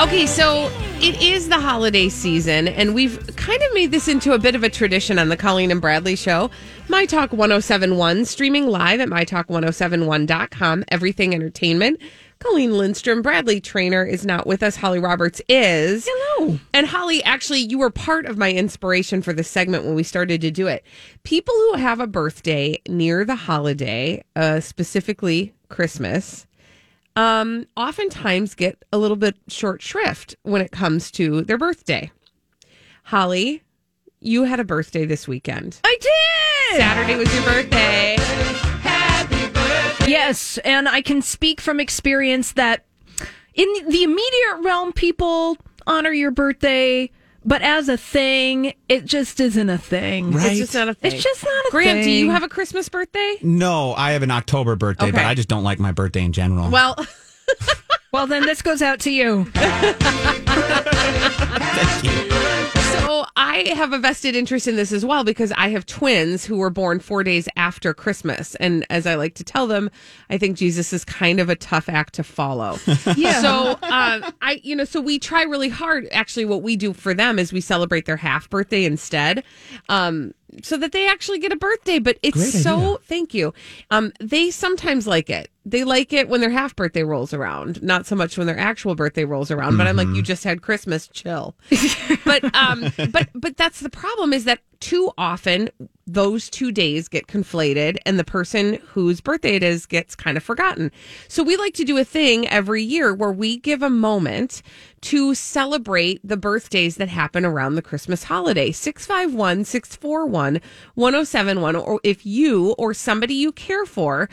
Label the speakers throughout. Speaker 1: Okay, so it is the holiday season, and we've kind of made this into a bit of a tradition on the Colleen and Bradley show. My Talk 1071, streaming live at mytalk1071.com, everything entertainment. Colleen Lindstrom, Bradley Trainer is not with us. Holly Roberts is.
Speaker 2: Hello.
Speaker 1: And Holly, actually, you were part of my inspiration for this segment when we started to do it. People who have a birthday near the holiday, uh, specifically Christmas, um, oftentimes get a little bit short shrift when it comes to their birthday. Holly, you had a birthday this weekend.
Speaker 2: I did.
Speaker 1: Saturday was your birthday.
Speaker 2: Yes, and I can speak from experience that in the immediate realm, people honor your birthday, but as a thing, it just isn't a thing.
Speaker 1: It's just not a thing.
Speaker 2: It's just not a
Speaker 1: Graham, do
Speaker 2: thing.
Speaker 1: you have a Christmas birthday?
Speaker 3: No, I have an October birthday, but
Speaker 1: Okay.
Speaker 3: I just don't like my birthday in general.
Speaker 1: Well,
Speaker 2: Well, then this goes out to you.
Speaker 1: so I have a vested interest in this as well because I have twins who were born four days after Christmas. And as I like to tell them, I think Jesus is kind of a tough act to follow.
Speaker 2: Yeah.
Speaker 1: So uh, I, you know, so we try really hard. Actually, what we do for them is we celebrate their half birthday instead, um, so that they actually get a birthday. But it's
Speaker 3: Great
Speaker 1: so
Speaker 3: idea.
Speaker 1: thank you. Um, they sometimes like it. They like it when their half birthday rolls around, not so much when their actual birthday rolls around. But I'm like,
Speaker 3: Mm-hmm.
Speaker 1: you just had Christmas, chill. but um, but but that's the problem is that too often those two days get conflated and the person whose birthday it is gets kind of forgotten. So we like to do a thing every year where we give a moment to celebrate the birthdays that happen around the Christmas holiday. 651 641 1071 or if you or somebody you care for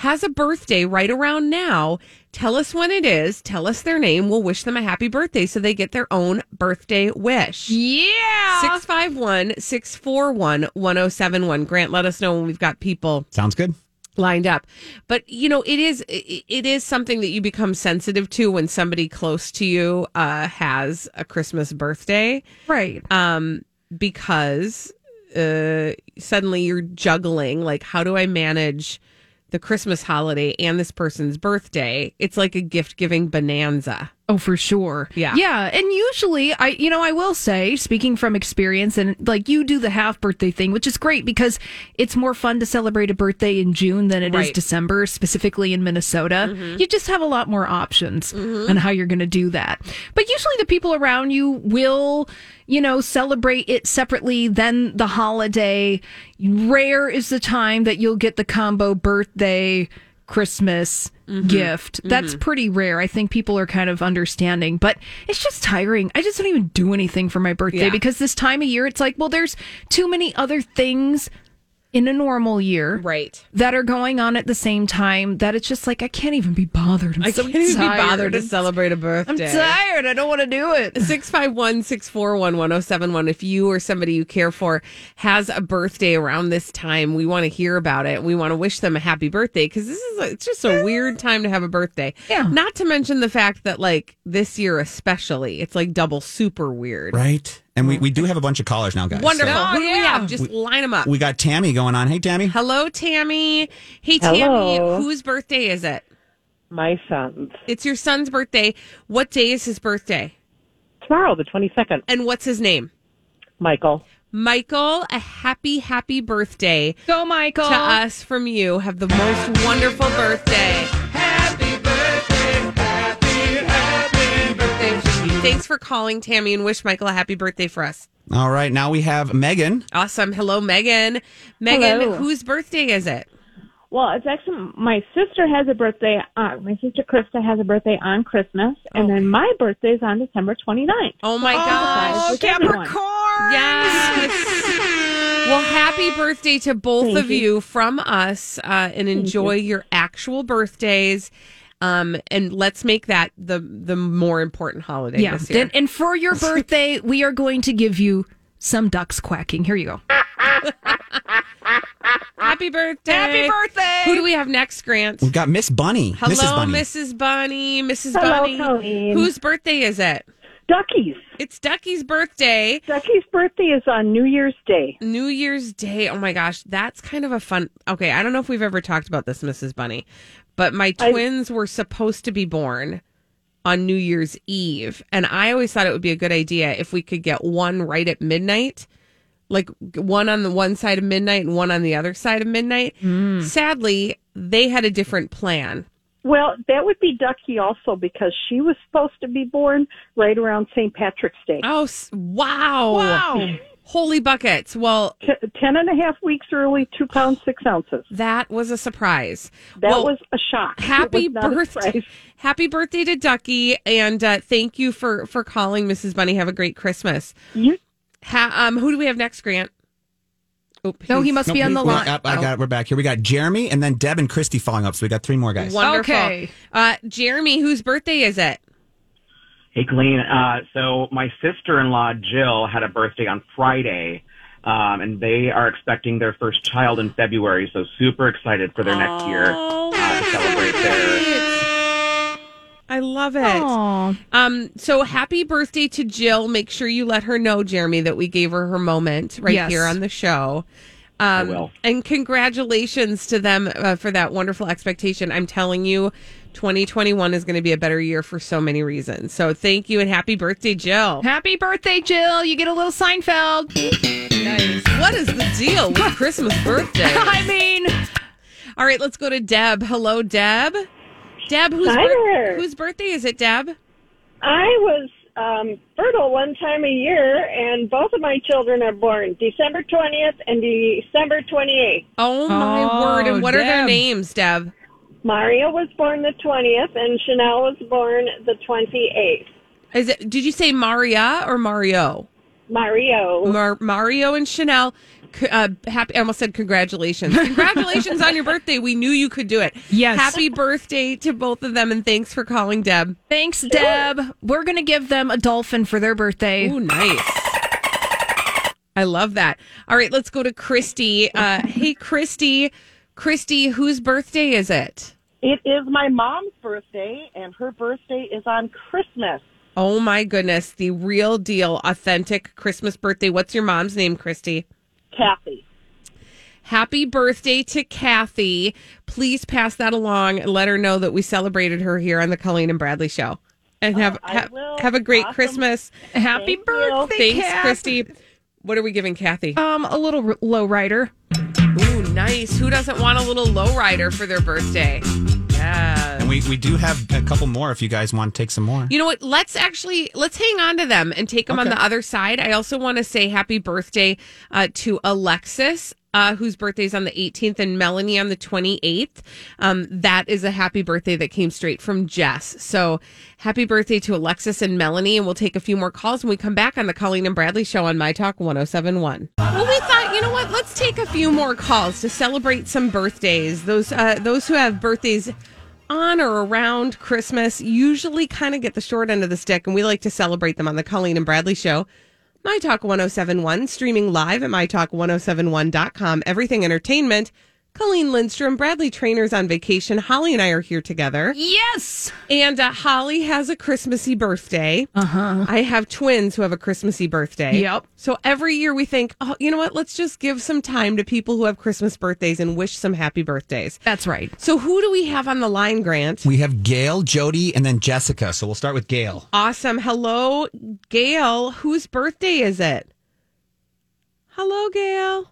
Speaker 1: has a birthday right around now, tell us when it is, tell us their name, we'll wish them a happy birthday so they get their own birthday wish.
Speaker 2: yeah.
Speaker 1: 651 641 1071. Grant, let us know when we've got people
Speaker 3: Sounds good.
Speaker 1: lined up. But you know, it is it it is something that you become sensitive to when somebody close to you uh, has a Christmas birthday
Speaker 2: right.
Speaker 1: um, because uh, suddenly you're juggling like how do I manage the Christmas holiday and this person's birthday? It's like a gift giving bonanza.
Speaker 2: Oh, for sure.
Speaker 1: Yeah.
Speaker 2: Yeah. And usually, I, you know, I will say, speaking from experience, and like you do the half birthday thing, which is great because it's more fun to celebrate a birthday in June than it is
Speaker 1: Right. Mm-hmm.
Speaker 2: December, specifically in Minnesota. You just have a lot more options on how you're going to do that. But usually, the people around you will, you know, celebrate it separately than the holiday. Rare is the time that you'll get the combo birthday. Christmas
Speaker 1: Mm-hmm.
Speaker 2: gift. That's pretty rare. I think people are kind of understanding, but it's just tiring. I just don't even do anything for my birthday
Speaker 1: Yeah.
Speaker 2: because this time of year, it's like, well, there's too many other things in a normal year
Speaker 1: Right.
Speaker 2: that are going on at the same time that it's just like, I can't even be bothered. I'm
Speaker 1: I
Speaker 2: so
Speaker 1: can't even be
Speaker 2: tired.
Speaker 1: bothered to
Speaker 2: It's-
Speaker 1: celebrate a
Speaker 2: I'm
Speaker 1: birthday.
Speaker 2: tired. I don't want to do it.
Speaker 1: 651 641 1071. If you or somebody you care for has a birthday around this time, we want to hear about it. We want to wish them a happy birthday because this is a, it's just a weird time to have a birthday.
Speaker 2: Yeah.
Speaker 1: Not to mention the fact that, like, this year especially, it's like double super weird.
Speaker 3: Right. And we, we do have a bunch of callers now, guys.
Speaker 1: Wonderful.
Speaker 3: So
Speaker 1: Who do we have? Just line them up.
Speaker 3: we got Tammy going on. Hey, Tammy.
Speaker 1: Hello, Tammy. Hey,
Speaker 4: Hello.
Speaker 1: Tammy, whose birthday is it?
Speaker 4: My son's.
Speaker 1: It's your son's birthday. What day is his birthday?
Speaker 4: Tomorrow, the 22nd,
Speaker 1: And what's his name?
Speaker 4: Michael.
Speaker 1: Michael, a happy, happy birthday.
Speaker 2: Go, Michael.
Speaker 1: to us from you. Have the most wonderful birthday. Happy birthday, happy, happy birthday Thanks for calling, Tammy, and wish Michael a happy birthday for us.
Speaker 3: All right, now we have Megan.
Speaker 1: Awesome. Hello, Megan. Megan,
Speaker 5: Hello.
Speaker 1: whose birthday is it?
Speaker 5: Well, it's actually my sister has a birthday. Uh, my sister Krista has a birthday on Christmas, and then my birthday is on December 29th.
Speaker 1: Oh my gosh.
Speaker 5: With everyone.
Speaker 1: Yes. well, happy birthday to both
Speaker 5: Thank
Speaker 1: of you. from us, uh, and enjoy your actual birthdays. Um, and let's make that the the more important holiday
Speaker 2: Yeah.
Speaker 1: this year.
Speaker 2: Then- and for your birthday, we are going to give you some ducks quacking. Here you go.
Speaker 1: happy birthday! Happy birthday! Who do we have next, Grant?
Speaker 3: We've got Miss Bunny.
Speaker 1: Hello,
Speaker 3: Mrs. Bunny.
Speaker 1: Mrs. Bunny. Mrs.
Speaker 4: Hello,
Speaker 1: Bunny.
Speaker 4: Colleen.
Speaker 1: Whose birthday is it?
Speaker 4: Ducky's.
Speaker 1: It's Ducky's birthday.
Speaker 4: Ducky's birthday is on New Year's Day.
Speaker 1: New Year's Day. Oh my gosh, that's kind of a fun. Okay, I don't know if we've ever talked about this, Mrs. Bunny, but my
Speaker 4: I-
Speaker 1: twins were supposed to be born on New Year's Eve, and I always thought it would be a good idea if we could get one right at midnight, like one on the one side of midnight and one on the other side of midnight. Sadly, they had a different plan.
Speaker 4: Well, that would be Ducky also because she was supposed to be born right around St. Patrick's Day.
Speaker 1: Oh, s- wow! Wow! Holy buckets. Well,
Speaker 4: T- ten and a half weeks early, two pounds, six ounces.
Speaker 1: that was a surprise.
Speaker 4: That
Speaker 1: Well,
Speaker 4: was a shock. It
Speaker 1: happy
Speaker 4: was not a
Speaker 1: birthday
Speaker 4: surprise.
Speaker 1: happy birthday to ducky and uh, thank you for for calling mrs bunny have a great christmas
Speaker 4: You-
Speaker 1: ha- um who do we have next grant oh
Speaker 2: No, he
Speaker 1: he's-
Speaker 2: must
Speaker 3: Nope,
Speaker 2: be on
Speaker 3: we-
Speaker 2: the
Speaker 3: we're-
Speaker 2: line.
Speaker 3: I, I got it. We're back here. We got Jeremy and then Deb and Christy following up. So we got three more guys.
Speaker 1: wonderful
Speaker 2: Okay.
Speaker 1: uh jeremy whose birthday is it
Speaker 6: Hey, Glenn. Uh, so my sister-in-law Jill had a birthday on Friday, um, and they are expecting their first child in February. So super excited for their next year
Speaker 1: Oh,
Speaker 6: uh, to celebrate their.
Speaker 1: i love it
Speaker 2: Aw.
Speaker 1: um so happy birthday to jill make sure you let her know jeremy that we gave her her moment right
Speaker 2: Yes.
Speaker 1: here on the show um,
Speaker 6: will.
Speaker 1: And congratulations to them uh, for that wonderful expectation. I'm telling you, 2021 is going to be a better year for so many reasons. So thank you and happy birthday, Jill.
Speaker 2: Happy birthday, Jill. You get a little Seinfeld.
Speaker 1: What is the deal with Christmas birthday?
Speaker 2: I mean,
Speaker 1: All right, let's go to Deb. Hello, Deb. Deb, whose,
Speaker 7: Hi
Speaker 1: birth-
Speaker 7: there.
Speaker 1: whose birthday is it, Deb?
Speaker 7: I was um, fertile one time a year, and both of my children are born December 20th and December 28th.
Speaker 1: Oh, my
Speaker 2: Oh,
Speaker 1: word. And what are their
Speaker 2: Deb.
Speaker 1: names, Deb?
Speaker 7: Mario was born the 20th, and Chanel was born the 28th.
Speaker 1: Is it, did you say Maria or Mario?
Speaker 7: Mario.
Speaker 1: Mar- Mario and Chanel. c- Uh, happy, I almost said congratulations. Congratulations on your birthday. We knew you could do it.
Speaker 2: Yes.
Speaker 1: Happy birthday to both of them, and thanks for calling, Deb.
Speaker 2: thanks, Deb. We're going to give them a dolphin for their birthday.
Speaker 1: Ooh, nice. I love that. All right, let's go to Christy. Uh, hey, Christy. Christy, whose birthday is it?
Speaker 8: It is my mom's birthday, and her birthday is on Christmas.
Speaker 1: Oh my goodness, the real deal, authentic Christmas birthday. What's your mom's name, Christy?
Speaker 8: Kathy.
Speaker 1: Happy birthday to Kathy. Please pass that along and let her know that we celebrated her here on the Colleen and Bradley show. And have
Speaker 8: Oh, I
Speaker 1: ha-
Speaker 8: will.
Speaker 1: have a great
Speaker 8: Awesome.
Speaker 1: Christmas.
Speaker 2: Happy
Speaker 8: Thank you.
Speaker 2: birthday,
Speaker 1: Thanks,
Speaker 2: Kath.
Speaker 1: Christy. What are we giving Kathy?
Speaker 2: Um, a little r- low rider.
Speaker 1: Ooh, nice. Who doesn't want a little lowrider for their birthday? Yeah.
Speaker 3: And we, we do have a couple more if you guys want to take some more.
Speaker 1: You know what? Let's actually let's hang on to them and take them on the other side. I also want to say happy birthday uh, to Alexis. Uh, whose birthday's on the 18th and Melanie on the 28th. Um, that is a happy birthday that came straight from Jess. So happy birthday to Alexis and Melanie. And we'll take a few more calls when we come back on the Colleen and Bradley show on My Talk 1071. Well, we thought, you know what? Let's take a few more calls to celebrate some birthdays. Those, uh, those who have birthdays on or around Christmas usually kind of get the short end of the stick, and we like to celebrate them on the Colleen and Bradley show. My Talk 1071, streaming live at mytalk1071.com. Everything Entertainment. Colleen Lindstrom, Bradley Trainers on vacation. Holly and I are here together.
Speaker 2: Yes.
Speaker 1: And uh, Holly has a Christmassy birthday. Uh huh. I have twins who have a Christmassy birthday.
Speaker 2: Yep.
Speaker 1: So every year we think, oh, you know what? Let's just give some time to people who have Christmas birthdays and wish some happy birthdays.
Speaker 2: That's right.
Speaker 1: So who do we have on the line, Grant?
Speaker 3: We have Gail, Jody, and then Jessica. So we'll start with Gail.
Speaker 1: Awesome. Hello, Gail. Whose birthday is it? Hello, Gail.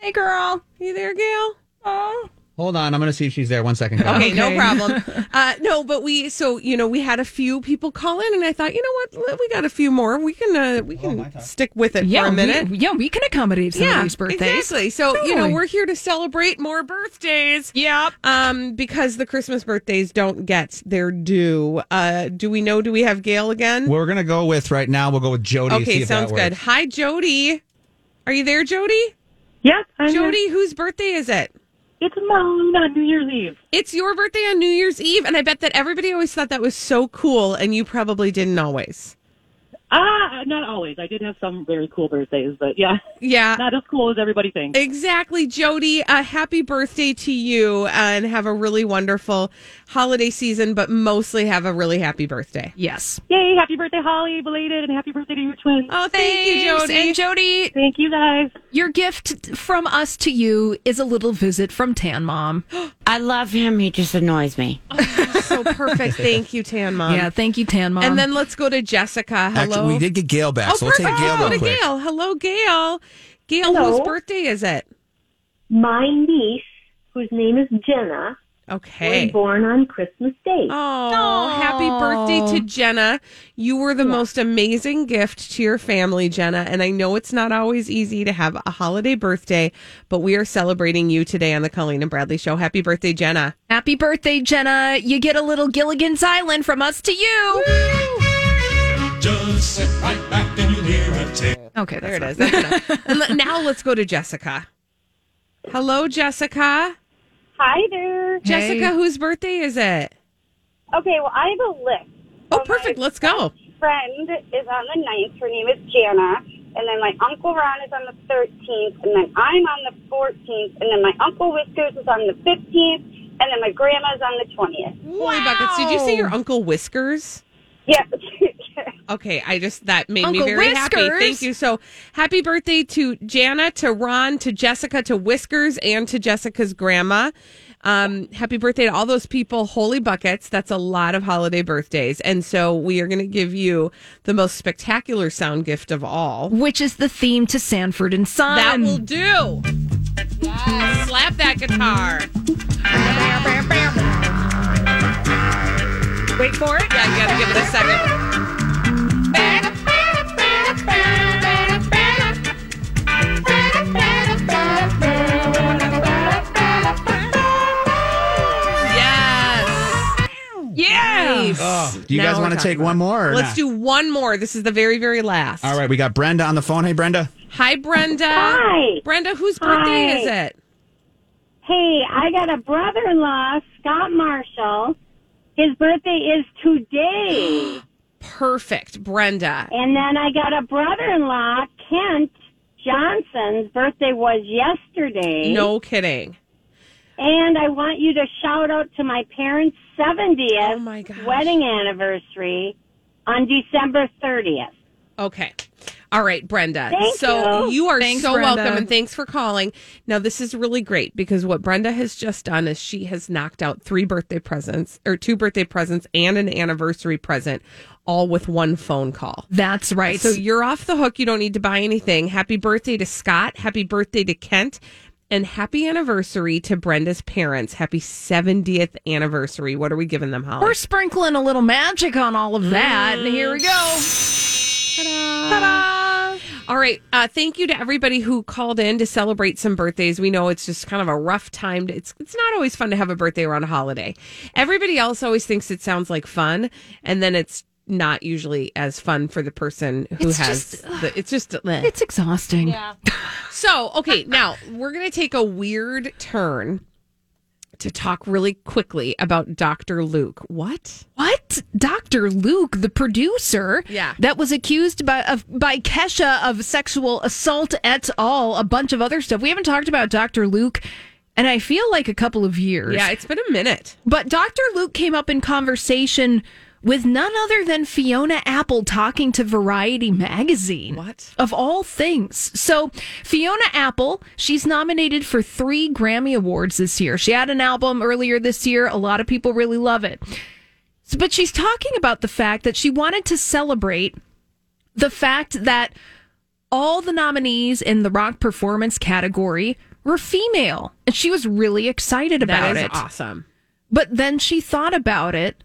Speaker 2: Hey, girl.
Speaker 1: You there, Gail?
Speaker 2: Oh,
Speaker 3: Hold on, I'm going to see if she's there. One second. guys.
Speaker 1: Okay, no problem. Uh, no, but we so you know we had a few people call in, and I thought you know what we got a few more. We can uh, we can stick with it
Speaker 2: yeah,
Speaker 1: for a minute.
Speaker 2: We, yeah, we can accommodate somebody's birthdays.
Speaker 1: Exactly. So, you know,
Speaker 2: Totally.
Speaker 1: we're here to celebrate more birthdays. Yep. Um, because the Christmas birthdays don't get their due. Uh, do we know? Do we have Gail again?
Speaker 3: We're going to go with right now. We'll go with Jody. to see
Speaker 1: okay,
Speaker 3: if
Speaker 1: sounds
Speaker 3: that works.
Speaker 1: good. Hi, Jody. Are you there, Jody?
Speaker 4: Yes, I'm
Speaker 1: Jody,
Speaker 4: here.
Speaker 1: whose birthday is it?
Speaker 4: It's mine on New Year's Eve.
Speaker 1: It's your birthday on New Year's Eve, and I bet that everybody always thought that was so cool, and you probably didn't always.
Speaker 9: Ah, not always. I did have some very cool birthdays, but yeah,
Speaker 1: Yeah.
Speaker 9: not as cool as everybody thinks.
Speaker 1: Exactly, Jody. Uh, happy birthday to you, and have a really wonderful holiday season. But mostly, have a really happy birthday.
Speaker 2: Yes.
Speaker 9: Yay! Happy birthday, Holly, belated, and happy birthday to your twins.
Speaker 1: Oh, thank you,
Speaker 2: Thanks.
Speaker 1: Jody.
Speaker 2: And Jody,
Speaker 9: Thank you, guys.
Speaker 2: your gift from us to you is a little visit from Tan Mom.
Speaker 10: I love him. He just annoys me.
Speaker 1: so perfect. Thank you, Tan Mom.
Speaker 2: Yeah, thank you, Tan Mom.
Speaker 1: Um, And then let's go to Jessica. Hello.
Speaker 3: Actually, we did get Gail back,
Speaker 1: oh,
Speaker 3: so we'll
Speaker 1: perfect.
Speaker 3: take Gail
Speaker 1: let's go
Speaker 3: real
Speaker 1: to
Speaker 3: quick.
Speaker 1: Gail. Hello, Gail. Gail,
Speaker 11: Hello.
Speaker 1: whose birthday is it?
Speaker 11: My niece, whose name is Jenna,
Speaker 1: Okay.
Speaker 11: was born on Christmas Day.
Speaker 1: Oh, happy birthday to Jenna. You were the most amazing gift to your family, Jenna. And I know it's not always easy to have a holiday birthday, but we are celebrating you today on the Colleen and Bradley Show. Happy birthday, Jenna.
Speaker 2: Happy birthday, Jenna. You get a little Gilligan's Island from us to you.
Speaker 12: Just sit right back and you'll hear a tale.
Speaker 2: Okay,
Speaker 1: there it is. That's enough. and le- now let's go to Jessica. Hello, Jessica.
Speaker 7: Hi there.
Speaker 1: Jessica, whose birthday is it?
Speaker 7: Okay, well, I have a list.
Speaker 1: Oh, perfect. Let's go.
Speaker 7: Friend is on the ninth. Her name is Jana. And then my Uncle Ron is on the 13th. And then I'm on the 14th. And then my Uncle Whiskers is on the 15th. And then my grandma's on the 20th.
Speaker 1: Holy buckets. Did you see your Uncle Whiskers?
Speaker 7: Yeah.
Speaker 1: Okay, I just that made me
Speaker 7: Uncle
Speaker 1: very happy.
Speaker 7: Whiskers.
Speaker 1: Thank you. So happy birthday to Jana, to Ron, to Jessica, to Whiskers, and to Jessica's grandma. Um, happy birthday to all those people. Holy buckets. That's a lot of holiday birthdays. And so we are going to give you the most spectacular sound gift of all.
Speaker 2: Which is the theme to Sanford and Son.
Speaker 1: That will do. Yes. Slap that guitar.
Speaker 2: Wait for it.
Speaker 1: Yeah, you gotta give it a second. Yes. Yes.
Speaker 3: Oh, do you
Speaker 1: Now
Speaker 3: guys
Speaker 1: we're
Speaker 3: want to
Speaker 1: talking
Speaker 3: take one more? or
Speaker 1: Let's
Speaker 3: not?
Speaker 1: do one more. This is the very, very last.
Speaker 3: All right, we got Brenda on the phone. Hey, Brenda.
Speaker 1: Hi, Brenda.
Speaker 7: Hi.
Speaker 1: Brenda, whose birthday
Speaker 7: Hi.
Speaker 1: is it?
Speaker 7: Hey, I got a brother-in-law, Scott Marshall. His birthday is today.
Speaker 1: Perfect, Brenda.
Speaker 7: And then I got a brother-in-law, Kent Johnson's birthday was yesterday.
Speaker 1: No kidding.
Speaker 7: And I want you to shout out to my parents' 70th wedding anniversary on December 30th.
Speaker 1: Okay. All right, Brenda.
Speaker 7: Thank
Speaker 1: so
Speaker 7: you.
Speaker 1: are
Speaker 7: Thanks,
Speaker 1: so
Speaker 7: Brenda.
Speaker 1: welcome and thanks for calling. Now this is really great because what Brenda has just done is she has knocked out three birthday presents or two birthday presents and an anniversary present all with one phone call.
Speaker 2: That's right.
Speaker 1: So you're off the hook. You don't need to buy anything. Happy birthday to Scott. Happy birthday to Kent. And happy anniversary to Brenda's parents. Happy 70th anniversary. What are we giving them, Holly?
Speaker 2: We're sprinkling a little magic on all of that.
Speaker 1: Mm.
Speaker 2: And here we go.
Speaker 1: All right. Uh, thank you to everybody who called in to celebrate some birthdays. We know it's just kind of a rough time. to- It's it's not always fun to have a birthday around a holiday. Everybody else always thinks it sounds like fun, and then it's not usually as fun for the person who
Speaker 2: It's
Speaker 1: has. the, it's just bleh.
Speaker 2: It's exhausting.
Speaker 1: so okay. Now we're gonna take a weird turn to talk really quickly about Doctor Luke. What?
Speaker 2: What? Dr. Luke, the producer,
Speaker 1: Yeah.
Speaker 2: that was accused by of, by Kesha of sexual assault et al. A bunch of other stuff. We haven't talked about Dr. Luke, and I feel like a couple of years.
Speaker 1: Yeah, it's been a minute.
Speaker 2: But Dr. Luke came up in conversation with none other than Fiona Apple talking to Variety magazine.
Speaker 1: What?
Speaker 2: Of all things. So, Fiona Apple, she's nominated for three Grammy Awards this year. She had an album earlier this year. A lot of people really love it. So- But she's talking about the fact that she wanted to celebrate the fact that all the nominees in the rock performance category were female. And she was really excited about
Speaker 1: is
Speaker 2: it.
Speaker 1: awesome.
Speaker 2: But then she thought about it,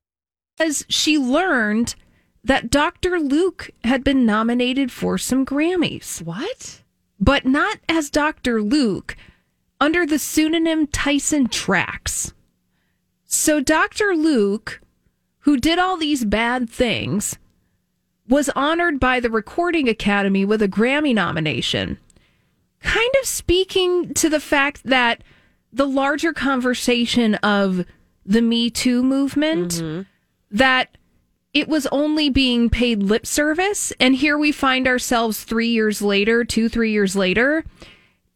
Speaker 2: because she learned that Dr. Luke had been nominated for some Grammys.
Speaker 1: What?
Speaker 2: But not as Dr. Luke, under the pseudonym Tyson Trax. So Dr. Luke, who did all these bad things, was honored by the Recording Academy with a Grammy nomination. Kind of speaking to the fact that the larger conversation of the Me Too movement that it was only being paid lip service. And here we find ourselves three years later, two, three years later.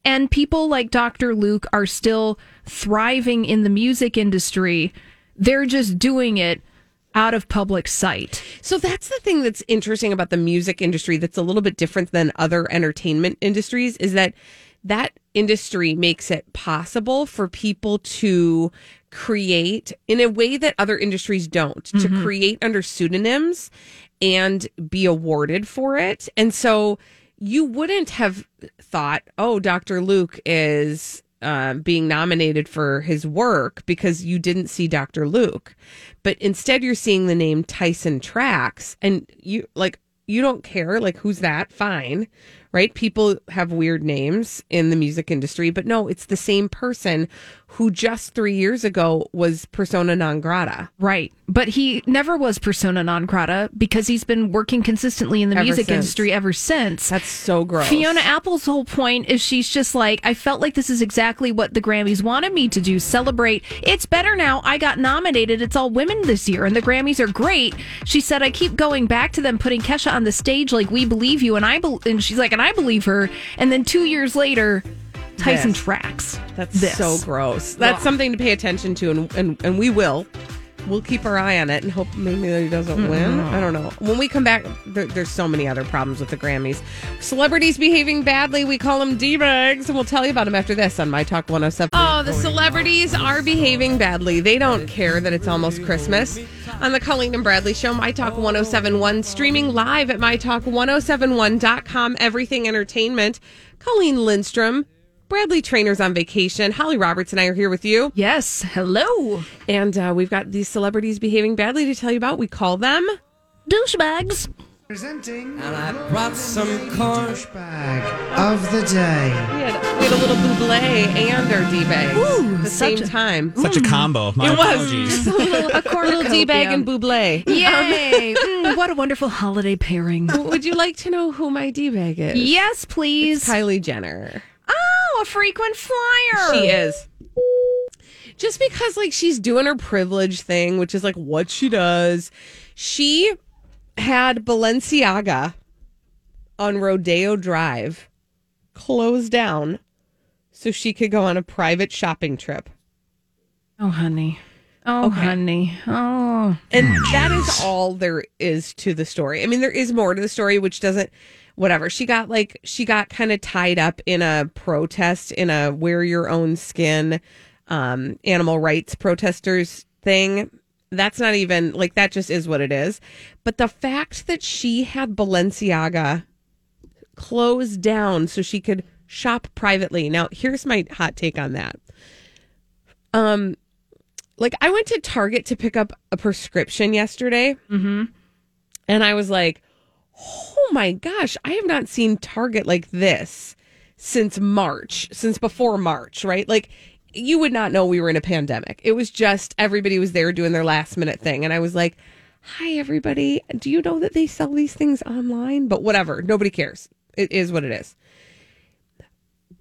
Speaker 2: And people like Dr. Luke are still thriving in the music industry. They're just doing it out of public sight.
Speaker 1: So that's the thing that's interesting about the music industry that's a little bit different than other entertainment industries is that that industry makes it possible for people to create in a way that other industries don't to
Speaker 13: Mhm.
Speaker 1: create under pseudonyms and be awarded for it. And so you wouldn't have thought, oh, Dr. Luke is um, being nominated for his work because you didn't see Dr. Luke. But instead, you're seeing the name Tyson Tracks, and you like, you don't care, like, who's that? Fine, right? People have weird names in the music industry, but no, it's the same person who just three years ago was persona non grata.
Speaker 2: Right. But he never was persona non grata because he's been working consistently in the
Speaker 1: Ever
Speaker 2: music
Speaker 1: since.
Speaker 2: industry ever since.
Speaker 1: That's so gross.
Speaker 2: Fiona Apple's whole point is she's just like, I felt like this is exactly what the Grammys wanted me to do celebrate. It's better now. I got nominated. It's all women this year, and the Grammys are great. She said, I keep going back to them putting Kesha on the stage like, we believe you. And I bel and she's like, and I believe her. And then two years later, Tyson
Speaker 1: This.
Speaker 2: tracks.
Speaker 1: That's
Speaker 2: this.
Speaker 1: so gross. That's
Speaker 2: Ugh.
Speaker 1: something to pay attention to, and, and and we will. We'll keep our eye on it and hope maybe that he doesn't win.
Speaker 2: Mm-mm.
Speaker 1: I don't know. When we come back, there, there's so many other problems with the Grammys. Celebrities behaving badly, we call them D-bags, and we'll tell you about them after this on My Talk 107. Oh, the celebrities are behaving badly. They don't care that it's almost Christmas. On the Colleen and Bradley Show, My Talk 1071, streaming live at MyTalk1071.com, everything entertainment. Colleen Lindstrom, Bradley Trainer's on vacation. Holly Roberts and I are here with you.
Speaker 2: Yes. Hello.
Speaker 1: And uh, we've got these celebrities behaving badly to tell you about. We call them
Speaker 2: douchebags.
Speaker 14: Presenting. And I brought some corn. Of the day.
Speaker 1: We had, we had a little buble and our D-bags
Speaker 14: Ooh,
Speaker 1: at the same time.
Speaker 3: Such a combo. My
Speaker 1: it was
Speaker 3: apologies.
Speaker 1: just a little, a little D-bag and buble.
Speaker 2: Yay. Mm, what a wonderful holiday pairing.
Speaker 1: Um, would you like to know who my D-bag is?
Speaker 2: Yes, please.
Speaker 1: It's Kylie Jenner.
Speaker 2: Oh, a frequent flyer.
Speaker 1: She is. Just because like she's doing her privilege thing, which is like what she does. She had Balenciaga on Rodeo Drive closed down so she could go on a private shopping trip.
Speaker 2: Oh, honey. Oh, honey. Oh.
Speaker 1: And that is all there is to the story. I mean, there is more to the story, which doesn't, whatever. She got like, she got kind of tied up in a protest, in a wear your own skin, um, animal rights protesters thing. That's not even like, that just is what it is. But the fact that she had Balenciaga closed down so she could shop privately. Now, here's my hot take on that. Um, like I went to Target to pick up a prescription yesterday,
Speaker 2: mm-hmm.
Speaker 1: and I was like, "Oh my gosh, I have not seen Target like this since March, since before March, right? Like you would not know we were in a pandemic. It was just everybody was there doing their last minute thing. And I was like, hi, everybody. Do you know that they sell these things online? But whatever, nobody cares. It is what it is.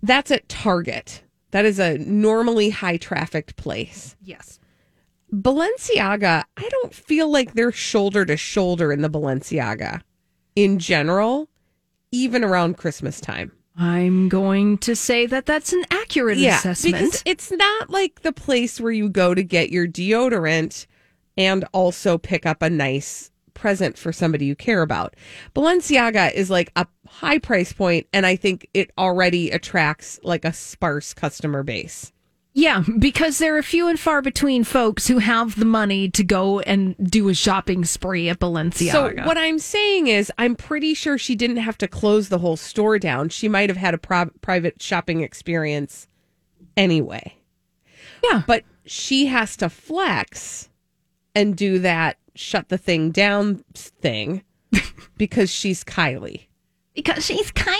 Speaker 1: That's at Target. That is a normally high trafficked place.
Speaker 2: Yes.
Speaker 1: Balenciaga, I don't feel like they're shoulder to shoulder in the Balenciaga in general, even around Christmas time.
Speaker 2: I'm going to say that that's an accurate assessment.
Speaker 1: Because it's not like the place where you go to get your deodorant and also pick up a nice present for somebody you care about. Balenciaga is like a high price point, and I think it already attracts like a sparse customer base.
Speaker 2: Yeah, because there are few and far between folks who have the money to go and do a shopping spree at Balenciaga.
Speaker 1: So what I'm saying is, I'm pretty sure she didn't have to close the whole store down. She might have had a pro- private shopping experience anyway.
Speaker 2: Yeah,
Speaker 1: but she has to flex and do that shut the thing down thing because she's Kylie.
Speaker 2: Because she's Kylie.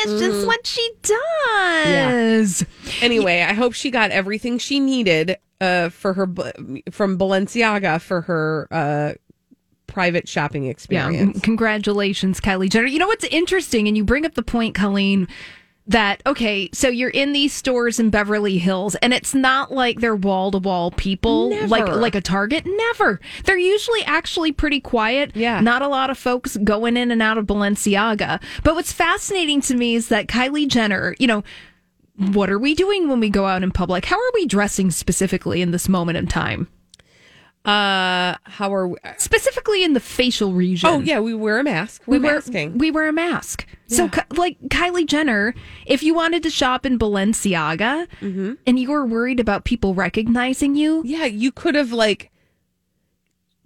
Speaker 2: It's mm. just what she does.
Speaker 1: Yeah. Anyway, I hope she got everything she needed uh, for her from Balenciaga for her uh, private shopping experience.
Speaker 2: Yeah. Congratulations, Kylie Jenner. You know what's interesting, and you bring up the point, Colleen that okay so you're in these stores in Beverly Hills and it's not like they're wall to wall people
Speaker 1: never.
Speaker 2: like like a Target never they're usually actually pretty quiet
Speaker 1: yeah
Speaker 2: not a lot of folks going in and out of Balenciaga but what's fascinating to me is that Kylie Jenner you know what are we doing when we go out in public how are we dressing specifically in this moment in time
Speaker 1: uh, how are we?
Speaker 2: Specifically in the facial region.
Speaker 1: Oh yeah, we wear a mask. We're
Speaker 2: we wear
Speaker 1: masking.
Speaker 2: we wear a mask. Yeah. So like Kylie Jenner, if you wanted to shop in Balenciaga mm-hmm. and you were worried about people recognizing you,
Speaker 1: yeah, you could have like.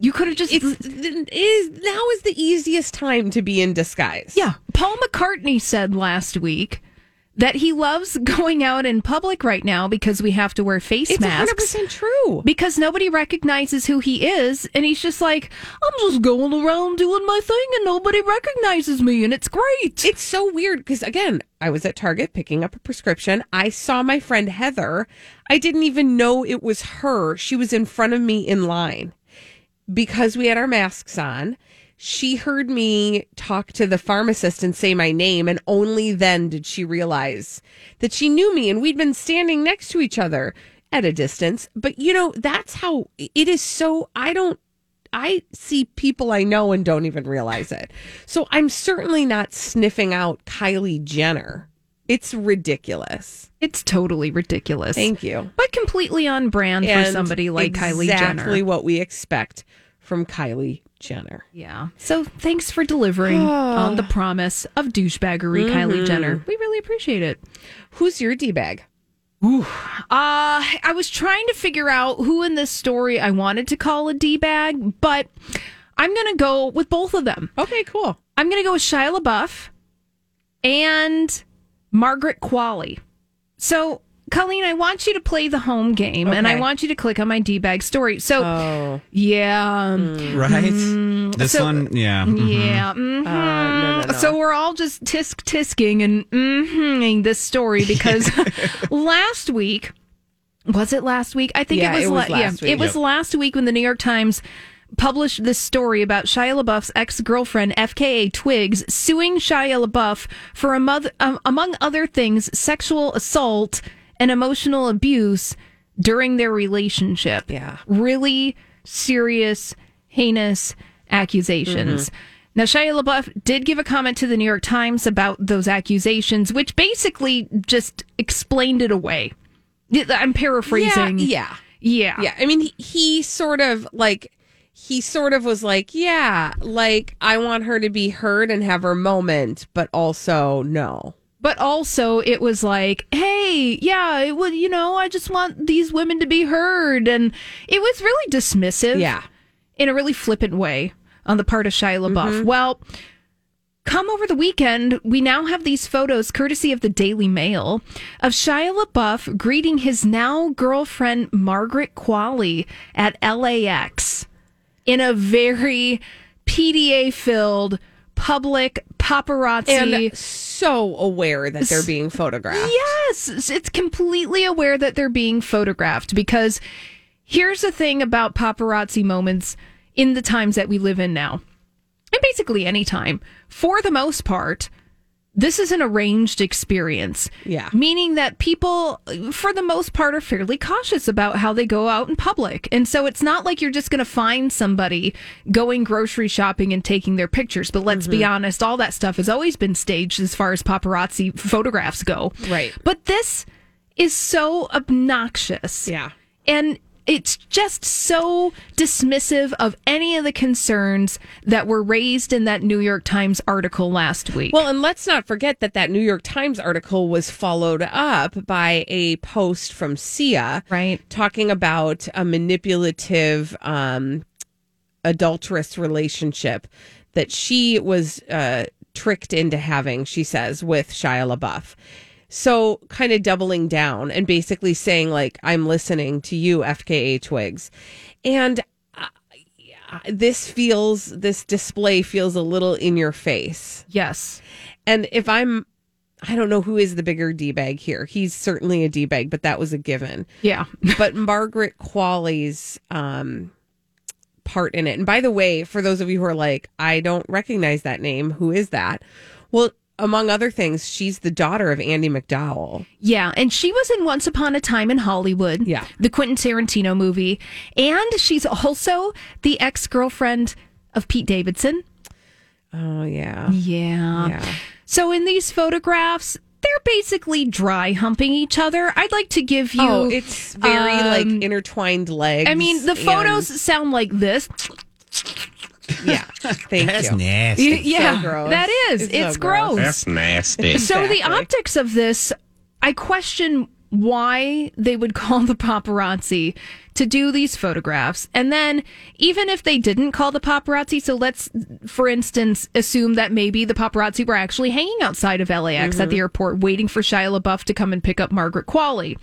Speaker 2: You could have just.
Speaker 1: It's, it is now is the easiest time to be in disguise.
Speaker 2: Yeah, Paul McCartney said last week that he loves going out in public right now because we have to wear face
Speaker 1: it's
Speaker 2: masks.
Speaker 1: 100% true.
Speaker 2: Because nobody recognizes who he is. And he's just like, I'm just going around doing my thing and nobody recognizes me. And it's great.
Speaker 1: It's so weird because, again, I was at Target picking up a prescription. I saw my friend Heather. I didn't even know it was her. She was in front of me in line because we had our masks on she heard me talk to the pharmacist and say my name, and only then did she realize that she knew me and we'd been standing next to each other at a distance. But you know, that's how it is so. I don't, I see people I know and don't even realize it. So I'm certainly not sniffing out Kylie Jenner. It's ridiculous.
Speaker 2: It's totally ridiculous.
Speaker 1: Thank you.
Speaker 2: But completely on brand and for somebody like
Speaker 1: exactly
Speaker 2: Kylie Jenner.
Speaker 1: Exactly what we expect from Kylie Jenner.
Speaker 2: Yeah. So thanks for delivering on the promise of douchebaggery, mm-hmm. Kylie Jenner. We really appreciate it.
Speaker 1: Who's your D bag?
Speaker 2: Ooh. Uh, I was trying to figure out who in this story I wanted to call a D bag, but I'm going to go with both of them.
Speaker 1: Okay, cool.
Speaker 2: I'm going to go with Shia LaBeouf and Margaret Qualley. So Colleen, I want you to play the home game okay. and I want you to click on my D bag story. So,
Speaker 1: oh.
Speaker 2: yeah.
Speaker 3: Mm. Right?
Speaker 2: Mm.
Speaker 3: this
Speaker 2: so,
Speaker 3: one? Yeah.
Speaker 2: Mm-hmm. Yeah. Mm-hmm. Uh, no, no, no. So, we're all just tisk tisking and mm this story because last week, was it last week? I think
Speaker 1: yeah,
Speaker 2: it, was
Speaker 1: it was, la- last
Speaker 2: yeah,
Speaker 1: week.
Speaker 2: It was
Speaker 1: yep.
Speaker 2: last week when the New York Times published this story about Shia LaBeouf's ex-girlfriend FKA Twigs suing Shia LaBeouf for among, um, among other things sexual assault and emotional abuse during their relationship.
Speaker 1: Yeah.
Speaker 2: Really serious, heinous accusations. Mm-hmm. Now, Shia LaBeouf did give a comment to the New York Times about those accusations, which basically just explained it away. I'm paraphrasing.
Speaker 1: Yeah.
Speaker 2: Yeah.
Speaker 1: Yeah. yeah. I mean, he, he sort of like. He sort of was like, Yeah, like I want her to be heard and have her moment, but also no
Speaker 2: but also it was like, hey, yeah, it was, you know, I just want these women to be heard. And it was really dismissive.
Speaker 1: Yeah.
Speaker 2: In a really flippant way on the part of Shia LaBeouf. Mm-hmm. Well, come over the weekend, we now have these photos, courtesy of the Daily Mail, of Shia LaBeouf greeting his now girlfriend, Margaret Qualley, at LAX in a very PDA filled, public paparazzi.
Speaker 1: And so aware that they're being photographed.
Speaker 2: Yes, it's completely aware that they're being photographed because here's the thing about paparazzi moments in the times that we live in now, and basically any time, for the most part. This is an arranged experience.
Speaker 1: Yeah.
Speaker 2: Meaning that people, for the most part, are fairly cautious about how they go out in public. And so it's not like you're just going to find somebody going grocery shopping and taking their pictures. But let's be honest, all that stuff has always been staged as far as paparazzi photographs go.
Speaker 1: Right.
Speaker 2: But this is so obnoxious.
Speaker 1: Yeah.
Speaker 2: And it's just so dismissive of any of the concerns that were raised in that New York Times article last week.
Speaker 1: Well, and let's not forget that that New York Times article was followed up by a post from Sia,
Speaker 2: right,
Speaker 1: talking about a manipulative, um, adulterous relationship that she was uh, tricked into having. She says with Shia LaBeouf. So, kind of doubling down and basically saying, like, I'm listening to you, FKA Twigs. And uh, this feels this display feels a little in your face.
Speaker 2: Yes.
Speaker 1: And if I'm I don't know who is the bigger D bag here. He's certainly a D bag, but that was a given.
Speaker 2: Yeah.
Speaker 1: but Margaret Qualley's um part in it. And by the way, for those of you who are like, I don't recognize that name, who is that? Well, among other things, she's the daughter of Andy McDowell.
Speaker 2: Yeah, and she was in Once Upon a Time in Hollywood,
Speaker 1: Yeah.
Speaker 2: the Quentin Tarantino movie, and she's also the ex girlfriend of Pete Davidson.
Speaker 1: Oh yeah.
Speaker 2: Yeah.
Speaker 1: Yeah.
Speaker 2: So in these photographs, they're basically dry humping each other. I'd like to give you.
Speaker 1: oh, it's very
Speaker 2: um,
Speaker 1: like intertwined legs.
Speaker 2: I mean, the
Speaker 1: and-
Speaker 2: photos sound like this.
Speaker 1: yeah. Thank
Speaker 3: That's
Speaker 1: you.
Speaker 3: nasty.
Speaker 2: Y- yeah,
Speaker 1: gross.
Speaker 2: that is. It's,
Speaker 1: It's so
Speaker 2: gross.
Speaker 1: gross.
Speaker 12: That's nasty.
Speaker 2: So the
Speaker 1: Exactly.
Speaker 2: optics of this, I question why they would call the paparazzi to do these photographs. And then even if they didn't call the paparazzi, so let's for instance assume that maybe the paparazzi were actually hanging outside of LAX at the
Speaker 1: Mm-hmm.
Speaker 2: airport waiting for Shia LaBeouf to come and pick up Margaret Qualley.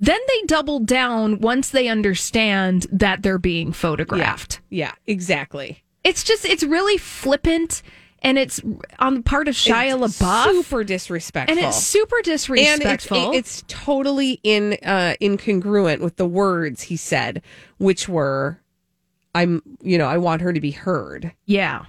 Speaker 2: Then they double down once they understand that they're being photographed.
Speaker 1: Yeah, exactly.
Speaker 2: It's just it's really flippant and it's on the part of Shia
Speaker 1: It's
Speaker 2: LaBeouf.
Speaker 1: Super disrespectful.
Speaker 2: And it's super
Speaker 1: And
Speaker 2: disrespectful.
Speaker 1: it's, it- it's totally in uh, incongruent with the words he said, which were, "I'm, you know, I want her to be heard."
Speaker 2: yeah.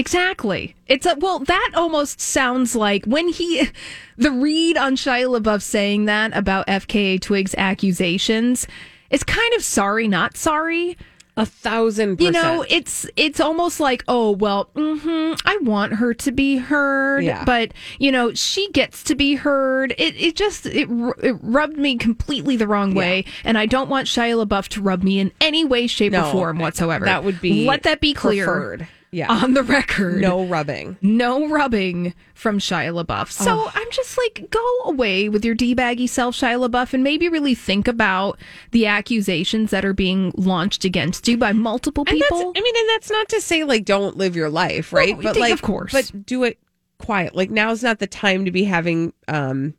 Speaker 2: Exactly. It's a well, that almost sounds like when he the read on Shia LaBeouf saying that about FKA Twig's accusations is kind of sorry, not sorry.
Speaker 1: A thousand
Speaker 2: You
Speaker 1: percent.
Speaker 2: know, it's it's almost like, oh well, hmm I want her to be heard,
Speaker 1: Yeah.
Speaker 2: but you know, she gets to be heard. It it just it, ru- it rubbed me completely the wrong way, and I don't want Shia LaBeouf to rub me in any way, shape,
Speaker 1: No,
Speaker 2: or form whatsoever.
Speaker 1: that would be
Speaker 2: let that be clear
Speaker 1: preferred. Yeah.
Speaker 2: on the record.
Speaker 1: no rubbing.
Speaker 2: No rubbing from Shia LaBeouf. So I'm just like, go away with your d baggy self, Shia LaBeouf, and maybe really think about the accusations that are being launched against you by multiple
Speaker 1: And that's,
Speaker 2: people.
Speaker 1: I mean, and that's not to say like don't live your life, right?
Speaker 2: No,
Speaker 1: but
Speaker 2: they-
Speaker 1: like,
Speaker 2: of course.
Speaker 1: but do it quiet. Like now's not the time to be having, um,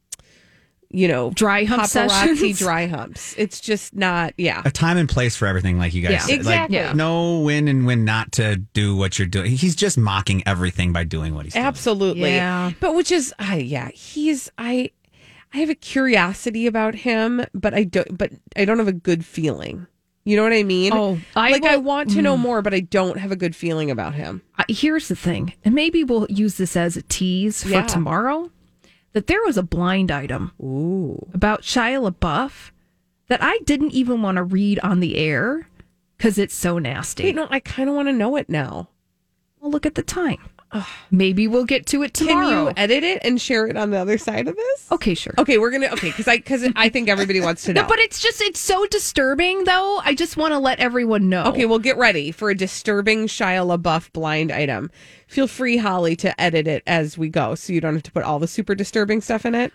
Speaker 1: you know,
Speaker 2: Dry hump
Speaker 1: paparazzi
Speaker 2: sessions.
Speaker 1: dry humps. It's just not. Yeah,
Speaker 3: A time and place for everything, like you guys
Speaker 1: Yeah.
Speaker 3: said. Like,
Speaker 1: Exactly. Yeah.
Speaker 3: know when and when not to do what you're doing. He's just mocking everything by doing what he's doing.
Speaker 1: absolutely.
Speaker 2: Yeah.
Speaker 1: But which is, I yeah, he's I. I have a curiosity about him, but I don't. But I don't have a good feeling. You know what I mean?
Speaker 2: Oh, I
Speaker 1: like I
Speaker 2: will- Mm.
Speaker 1: want to know more, but I don't have a good feeling about him.
Speaker 2: Uh, Here's the thing, and maybe we'll use this as a tease for
Speaker 1: Yeah.
Speaker 2: tomorrow that there was a blind item
Speaker 1: Ooh,
Speaker 2: about Shia LaBeouf that I didn't even want to read on the air because it's so nasty.
Speaker 1: wait, no, I kind of want to know it now.
Speaker 2: We'll look at the time. Maybe we'll get to it tomorrow.
Speaker 1: Can you edit it and share it on the other side of this?
Speaker 2: okay, sure.
Speaker 1: Okay, we're gonna okay because I because I think everybody wants to know.
Speaker 2: No, but it's just it's so disturbing though. I just want to let everyone know.
Speaker 1: okay, well, get ready for a disturbing Shia LaBeouf blind item. Feel free, Holly, to edit it as we go, so you don't have to put all the super disturbing stuff in it.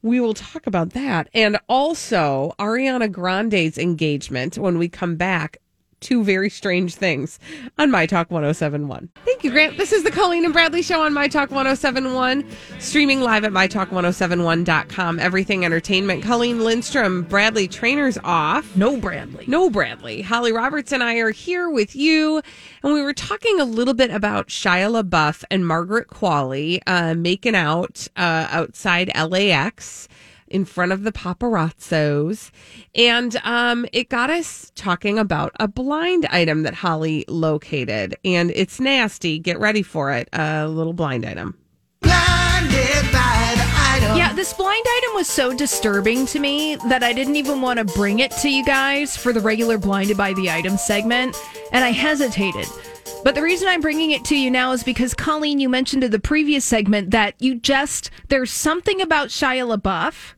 Speaker 1: We will talk about that, and also Ariana Grande's engagement when we come back. two very strange things on My Talk 1071. Thank you, Grant. This is the Colleen and Bradley Show on My Talk 1071, streaming live at MyTalk1071.com. Everything Entertainment. Colleen Lindstrom, Bradley Trainers off.
Speaker 2: No Bradley.
Speaker 1: No Bradley. Holly Roberts and I are here with you. And we were talking a little bit about Shia LaBeouf and Margaret Qualley uh, making out uh, outside LAX in front of the paparazzos. And um, it got us talking about a blind item that Holly located. And it's nasty. Get ready for it. A little blind item.
Speaker 2: Yeah, this blind item was so disturbing to me that I didn't even want to bring it to you guys for the regular Blinded by the Item segment, and I hesitated. But the reason I'm bringing it to you now is because Colleen, you mentioned in the previous segment that you just there's something about Shia LaBeouf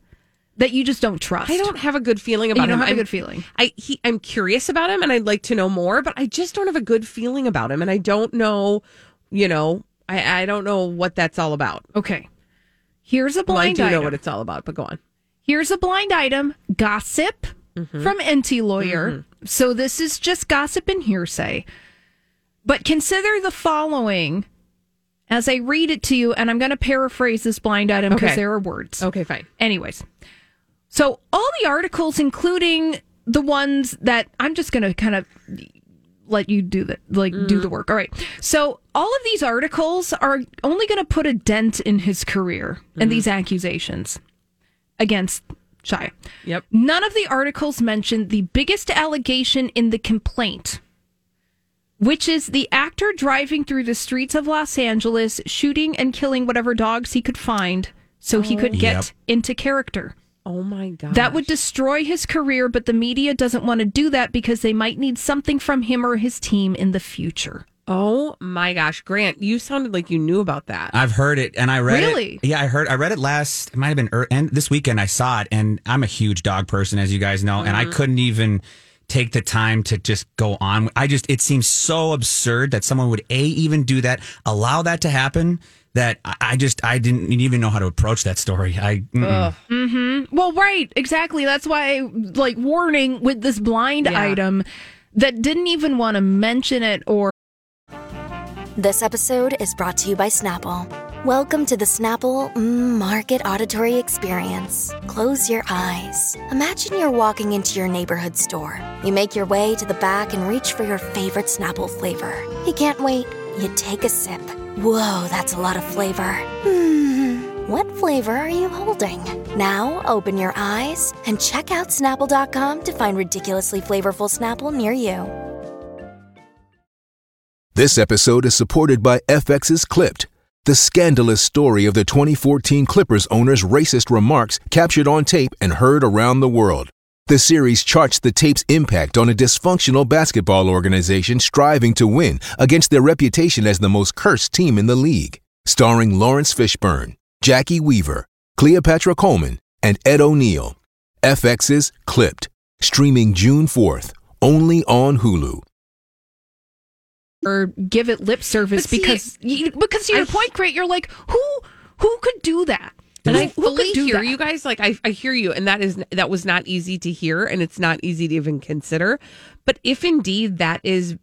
Speaker 2: that you just don't trust.
Speaker 1: I don't have a good feeling about
Speaker 2: you don't
Speaker 1: him.
Speaker 2: have
Speaker 1: I'm,
Speaker 2: a good feeling.
Speaker 1: I he, I'm curious about him, and I'd like to know more, but I just don't have a good feeling about him, and I don't know, you know, I, I don't know what that's all about.
Speaker 2: Okay, here's a
Speaker 1: Well, I
Speaker 2: blind
Speaker 1: do
Speaker 2: item.
Speaker 1: know what it's all about, but go on.
Speaker 2: Here's a blind item gossip from NT Lawyer.
Speaker 1: Mm-hmm.
Speaker 2: So this is just gossip and hearsay. But consider the following as I read it to you, and I'm going to paraphrase this blind item because
Speaker 1: Okay.
Speaker 2: there are words.
Speaker 1: Okay, fine.
Speaker 2: Anyways, so all the articles, including the ones that I'm just going to kind of let you do the like do the work. All right. So all of these articles are only going to put a dent in his career and these accusations against Shia.
Speaker 1: Yep.
Speaker 2: None of the articles mention the biggest allegation in the complaint, which is the actor driving through the streets of Los Angeles, shooting and killing whatever dogs he could find so he could
Speaker 1: Oh.
Speaker 2: get
Speaker 1: Yep.
Speaker 2: into character.
Speaker 1: Oh my god,
Speaker 2: That would destroy his career, but the media doesn't want to do that because they might need something from him or his team in the future.
Speaker 1: Oh my gosh, Grant, you sounded like you knew about that.
Speaker 3: I've heard it and I read
Speaker 1: Really?
Speaker 3: it. Yeah, I heard I read it last it might have been er, and this weekend I saw it and I'm a huge dog person as you guys know and I
Speaker 1: Mhm.
Speaker 3: couldn't even take the time to just go on. I just it seems so absurd that someone would a even do that, allow that to happen that I, I just I didn't even know how to approach that story. I mm-mm.
Speaker 2: Mm-hmm. Well, right, exactly. That's why, like, warning with this blind item that didn't even want to mention it or.
Speaker 13: This episode is brought to you by Snapple. Welcome to the Snapple mm, Market Auditory Experience. Close your eyes. Imagine you're walking into your neighborhood store. You make your way to the back and reach for your favorite Snapple flavor. You can't wait. You take a sip. Whoa, that's a lot of flavor. Hmm. What flavor are you holding? Now open your eyes and check out Snapple.com to find ridiculously flavorful Snapple near you.
Speaker 15: This episode is supported by FX's Clipped, the scandalous story of the 2014 Clippers owner's racist remarks captured on tape and heard around the world. The series charts the tape's impact on a dysfunctional basketball organization striving to win against their reputation as the most cursed team in the league. Starring Lawrence Fishburne, Jackie Weaver, Cleopatra Coleman, and Ed O'Neill. FX's Clipped, streaming June 4th, only on Hulu.
Speaker 2: or give it lip service because you, because to your point, great. You're like, who who could do that?
Speaker 1: And
Speaker 2: who,
Speaker 1: I
Speaker 2: who
Speaker 1: fully hear you guys. Like I, I hear you, and that is that was not easy to hear, and it's not easy to even consider. But if indeed that is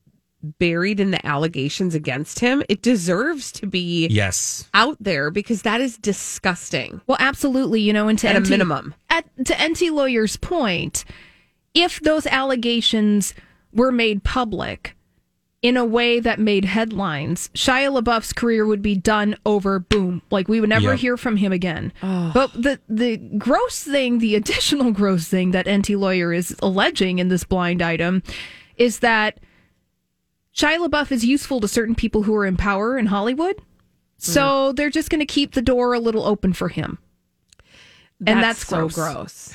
Speaker 1: buried in the allegations against him, it deserves to be
Speaker 3: Yes.
Speaker 1: out there because that is disgusting.
Speaker 2: Well, absolutely. You know, and to
Speaker 1: At a
Speaker 2: NT
Speaker 1: minimum.
Speaker 2: at to NT lawyer's point, if those allegations were made public in a way that made headlines, Shia LaBeouf's career would be done over. Boom, like we would never
Speaker 1: Yep.
Speaker 2: hear from him again. But the the gross thing, the additional gross thing that NT lawyer is alleging in this blind item, is that. Shia LaBeouf is useful to certain people who are in power in Hollywood. So they're just going to keep the door a little open for him. and that's
Speaker 1: so
Speaker 2: gross.
Speaker 1: gross.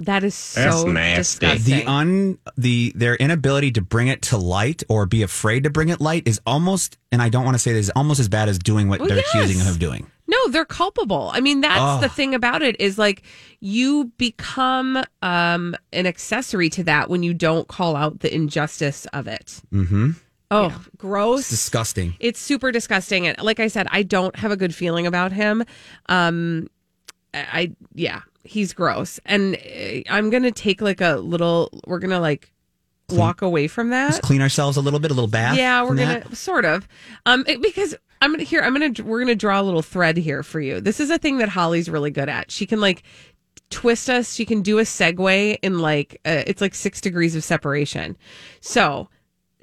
Speaker 1: That is so
Speaker 3: That's
Speaker 1: nasty.
Speaker 3: The un the their inability to bring it to light or be afraid to bring it light is almost and I don't want to say this is almost as bad as doing what
Speaker 1: Well,
Speaker 3: they're accusing him
Speaker 1: yes.
Speaker 3: of doing.
Speaker 1: No, they're culpable. I mean, that's
Speaker 3: Oh.
Speaker 1: the thing about it is like you become um, an accessory to that when you don't call out the injustice of it.
Speaker 3: Mm-hmm.
Speaker 1: Oh, gross.
Speaker 3: It's disgusting.
Speaker 1: It's super disgusting. And like I said, I don't have a good feeling about him. Um, I, I eh, yeah, he's gross. And uh, I'm going to take like a little, we're going to like walk away from that.
Speaker 3: Just clean ourselves a little bit, a little bath.
Speaker 1: Yeah, we're
Speaker 3: from
Speaker 1: gonna
Speaker 3: that.
Speaker 1: sort of. Um, it- because I'm gonna here. I'm gonna we're gonna draw a little thread here for you. This is a thing that Holly's really good at. She can like twist us. She can do a segue in like uh, it's like six degrees of separation. So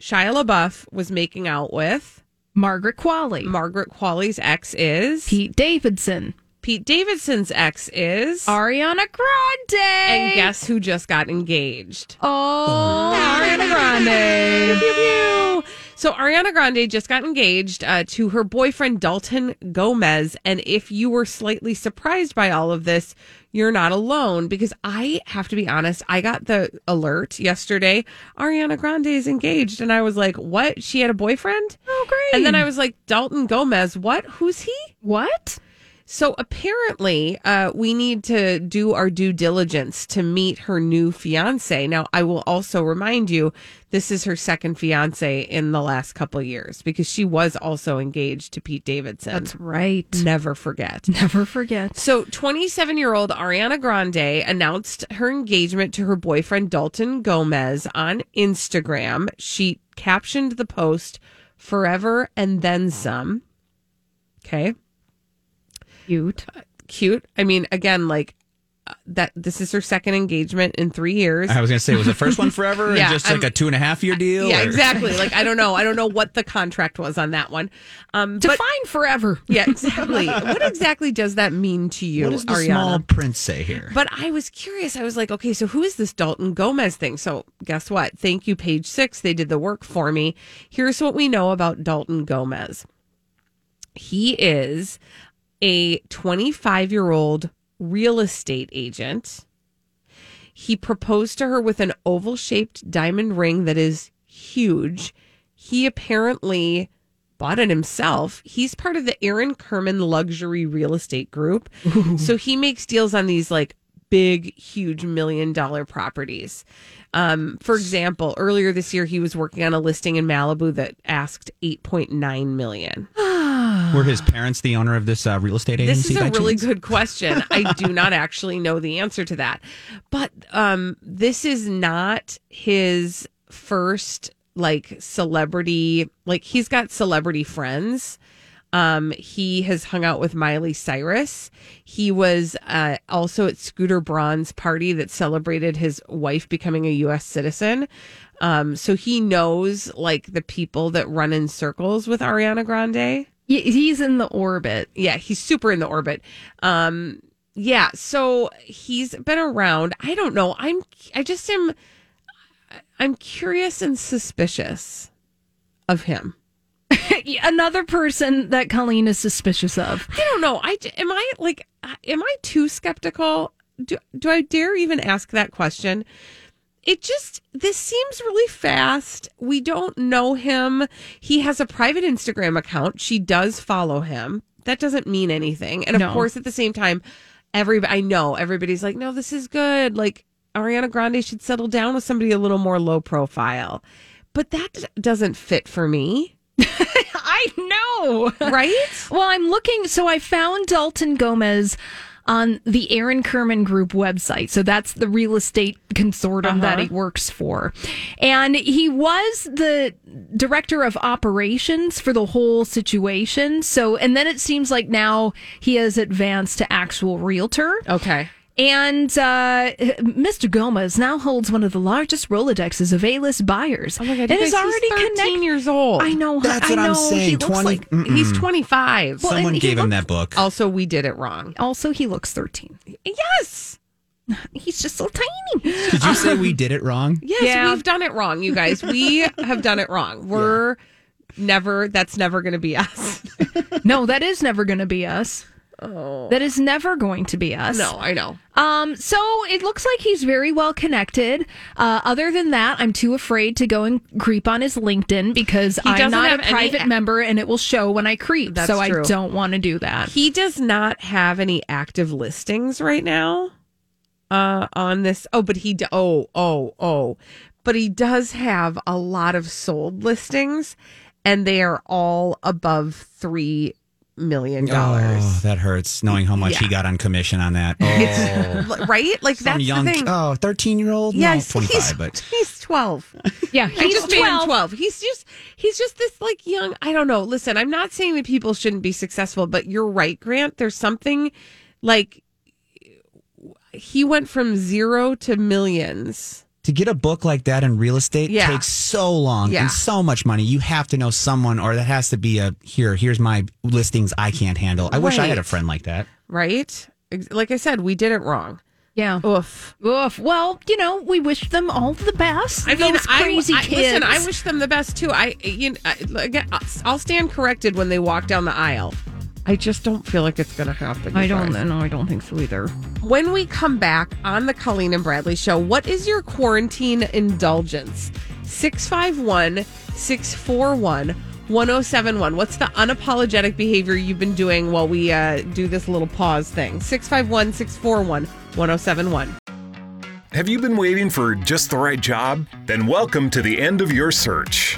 Speaker 1: Shia LaBeouf was making out with
Speaker 2: Margaret Qualley.
Speaker 1: Margaret Qualley's ex is
Speaker 2: Pete Davidson.
Speaker 1: Pete Davidson's ex is
Speaker 2: Ariana Grande.
Speaker 1: And guess who just got engaged?
Speaker 2: Oh, Ariana Grande.
Speaker 1: Pew, pew. So Ariana Grande just got engaged uh, to her boyfriend Dalton Gomez, and if you were slightly surprised by all of this, you're not alone because I have to be honest. I got the alert yesterday: Ariana Grande is engaged, and I was like, "What? She had a boyfriend?"
Speaker 2: Oh, great.
Speaker 1: And then I was like, "Dalton Gomez? What? Who's he?
Speaker 2: What?"
Speaker 1: So apparently, uh, we need to do our due diligence to meet her new fiance. Now, I will also remind you, this is her second fiance in the last couple years because she was also engaged to Pete Davidson.
Speaker 2: That's right.
Speaker 1: Never forget.
Speaker 2: Never forget.
Speaker 1: So, 27 year old Ariana Grande announced her engagement to her boyfriend Dalton Gomez on Instagram. She captioned the post forever and then some. Okay. Uh,
Speaker 2: Cute.
Speaker 1: Cute. I mean, again, like uh, that, this is her second engagement in three years.
Speaker 3: I was gonna say, was the first one forever,
Speaker 1: Yeah,
Speaker 3: and just like
Speaker 1: I'm-
Speaker 3: a two and a half year deal?
Speaker 1: yeah,
Speaker 3: or-
Speaker 1: exactly. Like, I don't know. I don't know what the contract was on that one. Um, but-
Speaker 2: Define forever.
Speaker 1: yeah, exactly. what exactly does that mean to you,
Speaker 3: What does the
Speaker 1: Ariana?
Speaker 3: small print say here?
Speaker 1: But I was curious. I was like, okay, so who is this Dalton Gomez thing? So guess what? Thank you, page six. They did the work for me. Here's what we know about Dalton Gomez he is a 25 year old real estate agent. He proposed to her with an oval shaped diamond ring that is huge. He apparently bought it himself. He's part of the Aaron Kerman Luxury Real Estate Group. so he makes deals on these like big, huge million dollar properties. Um, for example, earlier this year, he was working on a listing in Malibu that asked 8.9 million.
Speaker 3: Were his parents the owner of this uh, real estate agency?
Speaker 1: This is
Speaker 3: by
Speaker 1: a really
Speaker 3: chance?
Speaker 1: good question. I do not actually know the answer to that. But um, this is not his first like celebrity, like he's got celebrity friends. Um, he has hung out with Miley Cyrus. He was uh, also at Scooter Braun's party that celebrated his wife becoming a U.S. citizen. Um, so he knows like the people that run in circles with Ariana Grande.
Speaker 2: Y- He's in the orbit.
Speaker 1: Yeah, he's super in the orbit. Um, yeah, so he's been around. I don't know. I'm I just am I'm curious and suspicious of him.
Speaker 2: Another person that Colleen is suspicious of.
Speaker 1: I don't know. I j- am I like uh, am I too skeptical? Do do I dare even ask that question? It just this seems really fast. We don't know him. He has a private Instagram account. She does follow him. That doesn't mean anything. And of
Speaker 2: No.
Speaker 1: course, at the same time, everybody I know everybody's like, no, this is good. Like Ariana Grande should settle down with somebody a little more low profile. But that d- doesn't fit for me,
Speaker 2: I know.
Speaker 1: right?
Speaker 2: Well, I'm looking. So I found Dalton Gomez on the Aaron Kerman Group website. So that's the real estate consortium that he works for. And he was the director of operations for the whole situation. So, and then it seems like now he has advanced to actual realtor.
Speaker 1: okay.
Speaker 2: And uh, Mr. Gomez now holds one of the largest Rolodexes of A-list buyers.
Speaker 1: Oh my god,
Speaker 2: and
Speaker 1: you
Speaker 2: is
Speaker 1: guys,
Speaker 2: already
Speaker 1: he's 13
Speaker 2: connected.
Speaker 1: years old.
Speaker 2: I know.
Speaker 3: That's what
Speaker 2: I
Speaker 3: I'm
Speaker 2: know.
Speaker 3: saying,
Speaker 2: He looks
Speaker 3: 20
Speaker 2: like
Speaker 1: He's 25.
Speaker 2: Well, and
Speaker 3: Someone
Speaker 2: he
Speaker 3: gave him
Speaker 2: looked-
Speaker 3: that book.
Speaker 1: also, we did it wrong.
Speaker 2: Also, he looks 13.
Speaker 1: Yes.
Speaker 2: He's just so tiny.
Speaker 3: Did you say we did it wrong?
Speaker 1: Yes,
Speaker 2: Yeah.
Speaker 1: we've done it wrong, you guys. We have done it wrong. We're never, that's never going to be us.
Speaker 2: No, that is never going to be us.
Speaker 1: Oh.
Speaker 2: That is never going to be us.
Speaker 1: No, I know.
Speaker 2: Um, so it looks like he's very well connected. Uh, other than that, I'm too afraid to go and creep on his LinkedIn because I'm
Speaker 1: doesn't
Speaker 2: not
Speaker 1: have
Speaker 2: a
Speaker 1: any-
Speaker 2: private member and it will show when I creep.
Speaker 1: That's
Speaker 2: so
Speaker 1: true.
Speaker 2: I don't want to do that.
Speaker 1: He does not have any active listings right now uh, on this. Oh, but he, do- oh, oh, oh. But he does have a lot of sold listings, and they are all above $3 million dollars.
Speaker 3: Oh, that hurts knowing how much he
Speaker 1: Yeah.
Speaker 3: got on commission on that. Oh.
Speaker 1: L- Right? Like
Speaker 3: Some
Speaker 1: that's
Speaker 3: young
Speaker 1: the thing.
Speaker 3: oh, 13 year old?
Speaker 1: Yes,
Speaker 3: no, 25,
Speaker 1: he's,
Speaker 3: but
Speaker 1: he's 12.
Speaker 2: Yeah,
Speaker 1: I
Speaker 2: he's
Speaker 1: just made him
Speaker 2: 12.
Speaker 1: 12. He's just he's just this like young, I don't know. Listen, I'm not saying that people shouldn't be successful, but you're right, Grant. There's something like he went from 0 to millions.
Speaker 3: to get a book like that in real estate
Speaker 1: Yeah.
Speaker 3: takes so long
Speaker 1: Yeah.
Speaker 3: and so much money. You have to know someone, or that has to be a here, here's my listings I can't handle. I wish I had a
Speaker 1: Right.
Speaker 3: friend like that.
Speaker 1: right? Ex- Like I said, we did it wrong.
Speaker 2: Yeah.
Speaker 1: Oof.
Speaker 2: Oof. Well, you know, we wish them all the best.
Speaker 1: I mean,
Speaker 2: Those
Speaker 1: I-
Speaker 2: crazy
Speaker 1: I,
Speaker 2: kids.
Speaker 1: listen. I wish them the best too. I, you know, I, again, uh, I'll stand corrected when they walk down the aisle. I just don't feel like it's going to happen.
Speaker 2: I
Speaker 1: you
Speaker 2: don't.
Speaker 1: guys.
Speaker 2: No, I don't think so either.
Speaker 1: When we come back on the Colleen and Bradley show, what is your quarantine indulgence? 651 641 1071. What's the unapologetic behavior you've been doing while we uh, do this little pause thing? 651 641 1071.
Speaker 16: Have you been waiting for just the right job? Then welcome to the end of your search.